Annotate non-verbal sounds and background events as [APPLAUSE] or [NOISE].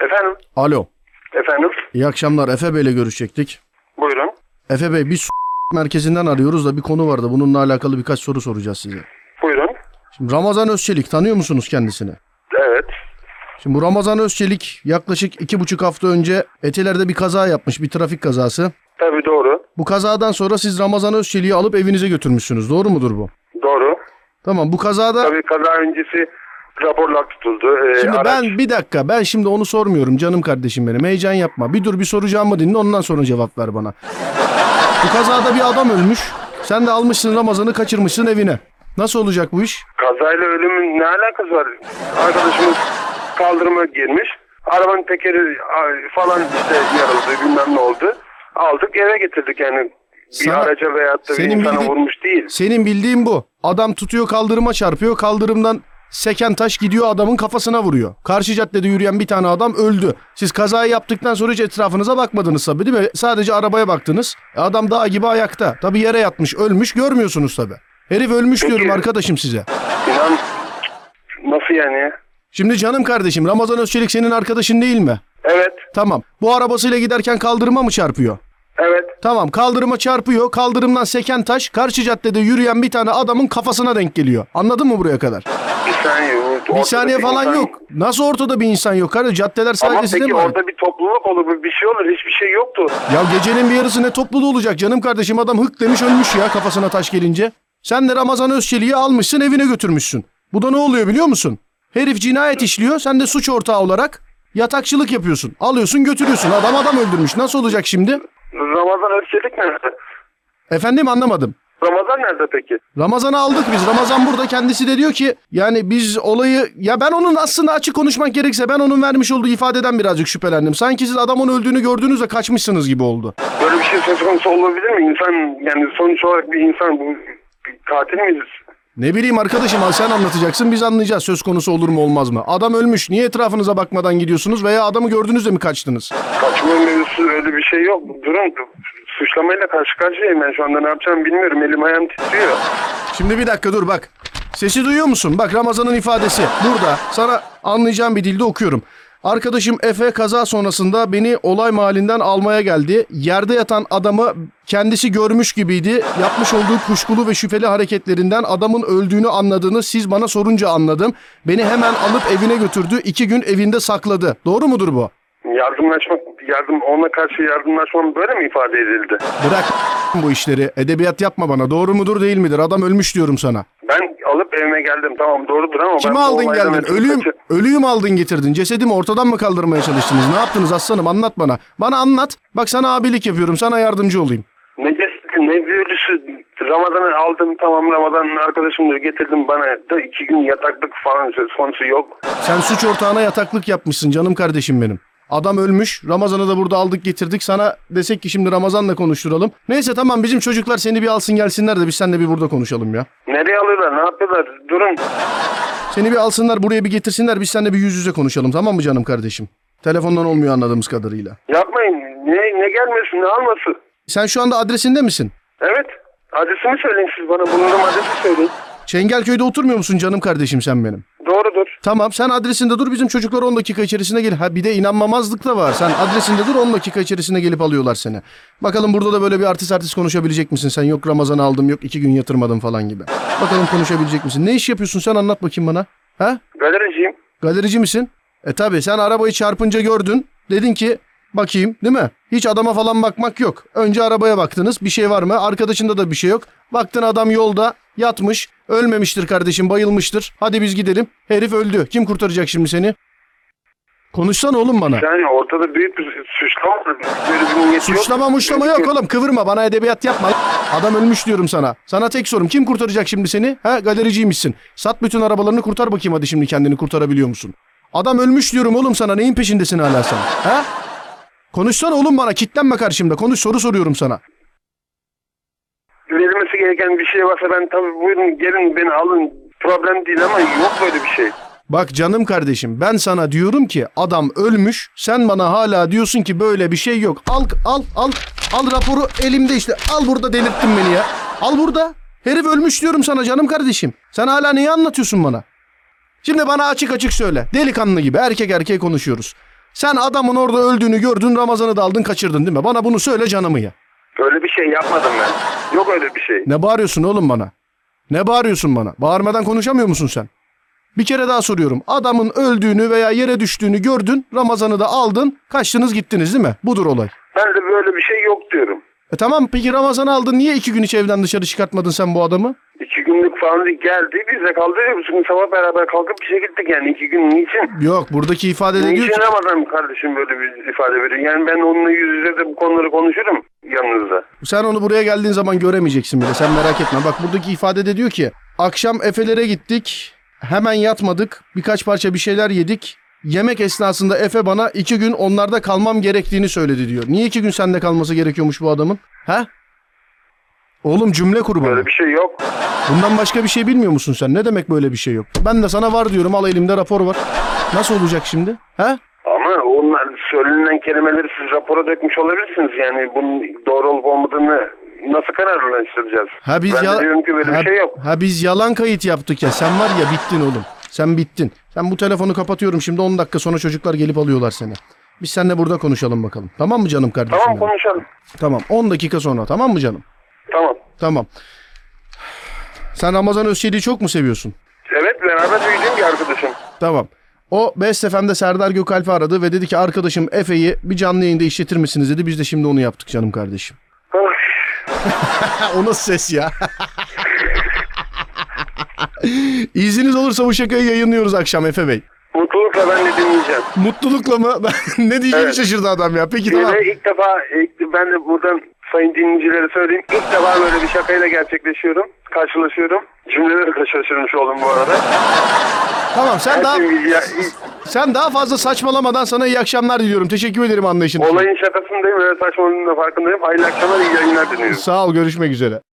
Efendim? Alo. Efendim? İyi akşamlar. Efe Bey'le görüşecektik. Buyurun. Efe Bey bir su merkezinden arıyoruz da bir konu vardı. Bununla alakalı birkaç soru soracağız size. Buyurun. Şimdi Ramazan Özçelik tanıyor musunuz kendisini? Evet. Şimdi bu Ramazan Özçelik yaklaşık iki buçuk hafta önce Etiler'de bir kaza yapmış. Bir trafik kazası. Tabii doğru. Bu kazadan sonra siz Ramazan Özçelik'i alıp evinize götürmüşsünüz. Doğru mudur bu? Doğru. Tamam bu kazada... Tabii kaza öncesi raporlar tutuldu. Ee, Şimdi araç- ben bir dakika ben şimdi onu sormuyorum canım kardeşim benim heyecan yapma. Bir dur bir soracağımı dinle ondan sonra cevap ver bana. bu kazada bir adam ölmüş. Sen de almışsın Ramazan'ı kaçırmışsın evine. Nasıl olacak bu iş? Kazayla ölümün ne alakası var? Arkadaşımız kaldırıma girmiş. Arabanın tekeri ay, falan işte yarıldı bilmem ne oldu. Aldık eve getirdik yani. Sana- bir araca veyahut da bir Senin insana bildiğin- vurmuş değil. Senin bildiğin bu. Adam tutuyor kaldırıma çarpıyor. Kaldırımdan seken taş gidiyor adamın kafasına vuruyor. Karşı caddede yürüyen bir tane adam öldü. Siz kazayı yaptıktan sonra hiç etrafınıza bakmadınız tabii değil mi? Sadece arabaya baktınız. E, Adam dağ gibi ayakta. Tabii yere yatmış ölmüş görmüyorsunuz tabii. Herif ölmüş diyorum arkadaşım size. İnan nasıl yani? Şimdi canım kardeşim Ramazan Özçelik senin arkadaşın değil mi? Evet. Tamam. Bu arabasıyla giderken kaldırıma mı çarpıyor? Evet. Tamam kaldırıma çarpıyor. Kaldırımdan seken taş karşı caddede yürüyen bir tane adamın kafasına denk geliyor. Anladın mı buraya kadar? Bir saniye. Bir saniye falan yok. Nasıl ortada bir insan yok kardeş? Caddeler Ama sadece size peki mi? ait? orada bir topluluk olur, bir şey olur. Hiçbir şey yoktu. Ya gecenin bir yarısı ne topluluğu olacak canım kardeşim? Adam hık demiş ölmüş ya kafasına taş gelince. Sen de Ramazan Özçelik'i almışsın evine götürmüşsün. Bu da ne oluyor biliyor musun? Herif cinayet işliyor sen de suç ortağı olarak yatakçılık yapıyorsun. Alıyorsun götürüyorsun adam adam öldürmüş. Nasıl olacak şimdi? Ramazan Özçelik nerede? Efendim anlamadım. Ramazan nerede peki? Ramazan'ı aldık biz. Ramazan burada kendisi de diyor ki yani biz olayı ya ben onun aslında açık konuşmak gerekse ben onun vermiş olduğu ifadeden birazcık şüphelendim. Sanki siz adamın öldüğünü gördüğünüzde kaçmışsınız gibi oldu. Böyle bir şey söz konusu olabilir mi? İnsan yani sonuç olarak bir insan bu bir katil miyiz? Ne bileyim arkadaşım ha sen anlatacaksın biz anlayacağız söz konusu olur mu olmaz mı? Adam ölmüş niye etrafınıza bakmadan gidiyorsunuz veya adamı gördüğünüzde mi kaçtınız? Kaçma mevzusu öyle bir şey yok. Durum suçlamayla karşı karşıyayım. Ben şu anda ne yapacağımı bilmiyorum. Elim ayağım titriyor. Şimdi bir dakika dur bak. Sesi duyuyor musun? Bak Ramazan'ın ifadesi burada. Sana anlayacağım bir dilde okuyorum. Arkadaşım Efe kaza sonrasında beni olay mahallinden almaya geldi. Yerde yatan adamı kendisi görmüş gibiydi. Yapmış olduğu kuşkulu ve şüpheli hareketlerinden adamın öldüğünü anladığını siz bana sorunca anladım. Beni hemen alıp evine götürdü. İki gün evinde sakladı. Doğru mudur bu? Yardımlaşmak, yardım ona karşı yardımlaşmam böyle mi ifade edildi? Bırak [LAUGHS] bu işleri. Edebiyat yapma bana. Doğru mudur değil midir? Adam ölmüş diyorum sana. Ben alıp evime geldim. Tamam doğrudur ama ben Kimi bu aldın olaydan geldin? ötürü Ölüyüm, kaçı- ölüyüm aldın getirdin. Cesedimi ortadan mı kaldırmaya çalıştınız? Ne yaptınız aslanım? Anlat bana. Bana anlat. Bak sana abilik yapıyorum. Sana yardımcı olayım. Ne cesedi, ne büyülüsü. Ramazan'ı aldım tamam Ramazan'ın arkadaşımdır getirdim bana da iki gün yataklık falan söz konusu yok. Sen suç ortağına yataklık yapmışsın canım kardeşim benim. Adam ölmüş. Ramazan'ı da burada aldık getirdik. Sana desek ki şimdi Ramazan'la konuşturalım. Neyse tamam bizim çocuklar seni bir alsın gelsinler de biz seninle bir burada konuşalım ya. Nereye alıyorlar ne yapıyorlar durun. Seni bir alsınlar buraya bir getirsinler biz seninle bir yüz yüze konuşalım tamam mı canım kardeşim? Telefondan olmuyor anladığımız kadarıyla. Yapmayın ne, ne gelmesin ne alması. Sen şu anda adresinde misin? Evet adresini söyleyin siz bana bulunduğum adresi söyleyin. Çengelköy'de oturmuyor musun canım kardeşim sen benim? Doğrudur. Tamam sen adresinde dur bizim çocuklar 10 dakika içerisinde gel. Ha bir de inanmamazlık da var. Sen adresinde dur 10 dakika içerisinde gelip alıyorlar seni. Bakalım burada da böyle bir artist artist konuşabilecek misin? Sen yok Ramazan aldım yok 2 gün yatırmadım falan gibi. Bakalım konuşabilecek misin? Ne iş yapıyorsun sen anlat bakayım bana. Ha? Galericiyim. Galerici misin? E tabi sen arabayı çarpınca gördün. Dedin ki bakayım değil mi? Hiç adama falan bakmak yok. Önce arabaya baktınız bir şey var mı? Arkadaşında da bir şey yok. Baktın adam yolda yatmış. Ölmemiştir kardeşim bayılmıştır. Hadi biz gidelim. Herif öldü. Kim kurtaracak şimdi seni? Konuşsan oğlum bana. Yani ortada büyük bir suçlama var. Böyle bir niyet yok. Suçlama muşlama yok oğlum kıvırma bana edebiyat yapma. Adam ölmüş diyorum sana. Sana tek sorum kim kurtaracak şimdi seni? Ha galericiymişsin. Sat bütün arabalarını kurtar bakayım hadi şimdi kendini kurtarabiliyor musun? Adam ölmüş diyorum oğlum sana neyin peşindesin hala sen? Ha? Konuşsana oğlum bana kitlenme karşımda konuş soru soruyorum sana. Verilmesi gereken bir şey varsa ben tabii buyurun gelin beni alın. Problem değil ama yok böyle bir şey. Bak canım kardeşim ben sana diyorum ki adam ölmüş sen bana hala diyorsun ki böyle bir şey yok. Al al al al raporu elimde işte al burada delirttin beni ya. Al burada herif ölmüş diyorum sana canım kardeşim. Sen hala neyi anlatıyorsun bana? Şimdi bana açık açık söyle delikanlı gibi erkek erkeğe konuşuyoruz. Sen adamın orada öldüğünü gördün Ramazan'ı da aldın kaçırdın değil mi? Bana bunu söyle canımı ya. Öyle bir şey yapmadım ben. Yok öyle bir şey. Ne bağırıyorsun oğlum bana? Ne bağırıyorsun bana? Bağırmadan konuşamıyor musun sen? Bir kere daha soruyorum. Adamın öldüğünü veya yere düştüğünü gördün. Ramazan'ı da aldın. Kaçtınız gittiniz değil mi? Budur olay. Ben de böyle bir şey yok diyorum. E tamam peki Ramazan'ı aldın. Niye iki gün hiç evden dışarı çıkartmadın sen bu adamı? İki günlük falan geldi. Biz de kaldırıyoruz. Bugün sabah beraber kalkıp işe gittik yani iki gün. Niçin? Yok buradaki ifadede diyor ki Niçin Ramazan kardeşim böyle bir ifade veriyor? Yani ben onunla yüz yüze de bu konuları konuşurum yanınızda. sen onu buraya geldiğin zaman göremeyeceksin bile sen merak etme. Bak buradaki ifadede diyor ki akşam Efe'lere gittik hemen yatmadık birkaç parça bir şeyler yedik. Yemek esnasında Efe bana iki gün onlarda kalmam gerektiğini söyledi diyor. Niye iki gün sende kalması gerekiyormuş bu adamın? He? Oğlum cümle kurbanı. Böyle bir şey yok. Bundan başka bir şey bilmiyor musun sen? Ne demek böyle bir şey yok? Ben de sana var diyorum al elimde rapor var. Nasıl olacak şimdi? He? Ama onlar söylenen kelimeleri siz rapora dökmüş olabilirsiniz. Yani bunun doğru olup olmadığını nasıl kararlaştıracağız? Ha biz ben ya- de diyorum ki böyle ha, bir şey yok. ha biz yalan kayıt yaptık ya. Sen var ya bittin oğlum. Sen bittin. Sen bu telefonu kapatıyorum şimdi 10 dakika sonra çocuklar gelip alıyorlar seni. Biz seninle burada konuşalım bakalım. Tamam mı canım kardeşim? Tamam benim? konuşalım. Tamam. 10 dakika sonra tamam mı canım? Tamam. Tamam. Sen Ramazan Özçelik'i çok mu seviyorsun? Evet beraber büyüdüm ki arkadaşım. Tamam. O Best FM'de Serdar Gökalp'i aradı ve dedi ki arkadaşım Efe'yi bir canlı yayında işletir misiniz dedi. Biz de şimdi onu yaptık canım kardeşim. Of, Ha, o nasıl ses ya? İzniniz olursa bu şakayı yayınlıyoruz akşam Efe Bey. Mutlulukla ben de dinleyeceğim. Mutlulukla mı? [LAUGHS] ne diyeceğimi Evet. şaşırdı adam ya. Peki Bir tamam. de ilk defa ilk- ben de buradan sayın dinleyicilere söyleyeyim. İlk defa böyle bir şakayla gerçekleşiyorum. Karşılaşıyorum. Cümleleri de şaşırmış oldum bu arada. Tamam sen daha Herkesin bilgi- ya, sen daha fazla saçmalamadan sana iyi akşamlar diliyorum. Teşekkür ederim anlayışın için. olayın şakasındayım. Öyle saçmalığının da farkındayım. Hayırlı akşamlar, iyi yayınlar diliyorum. Sağ ol görüşmek üzere.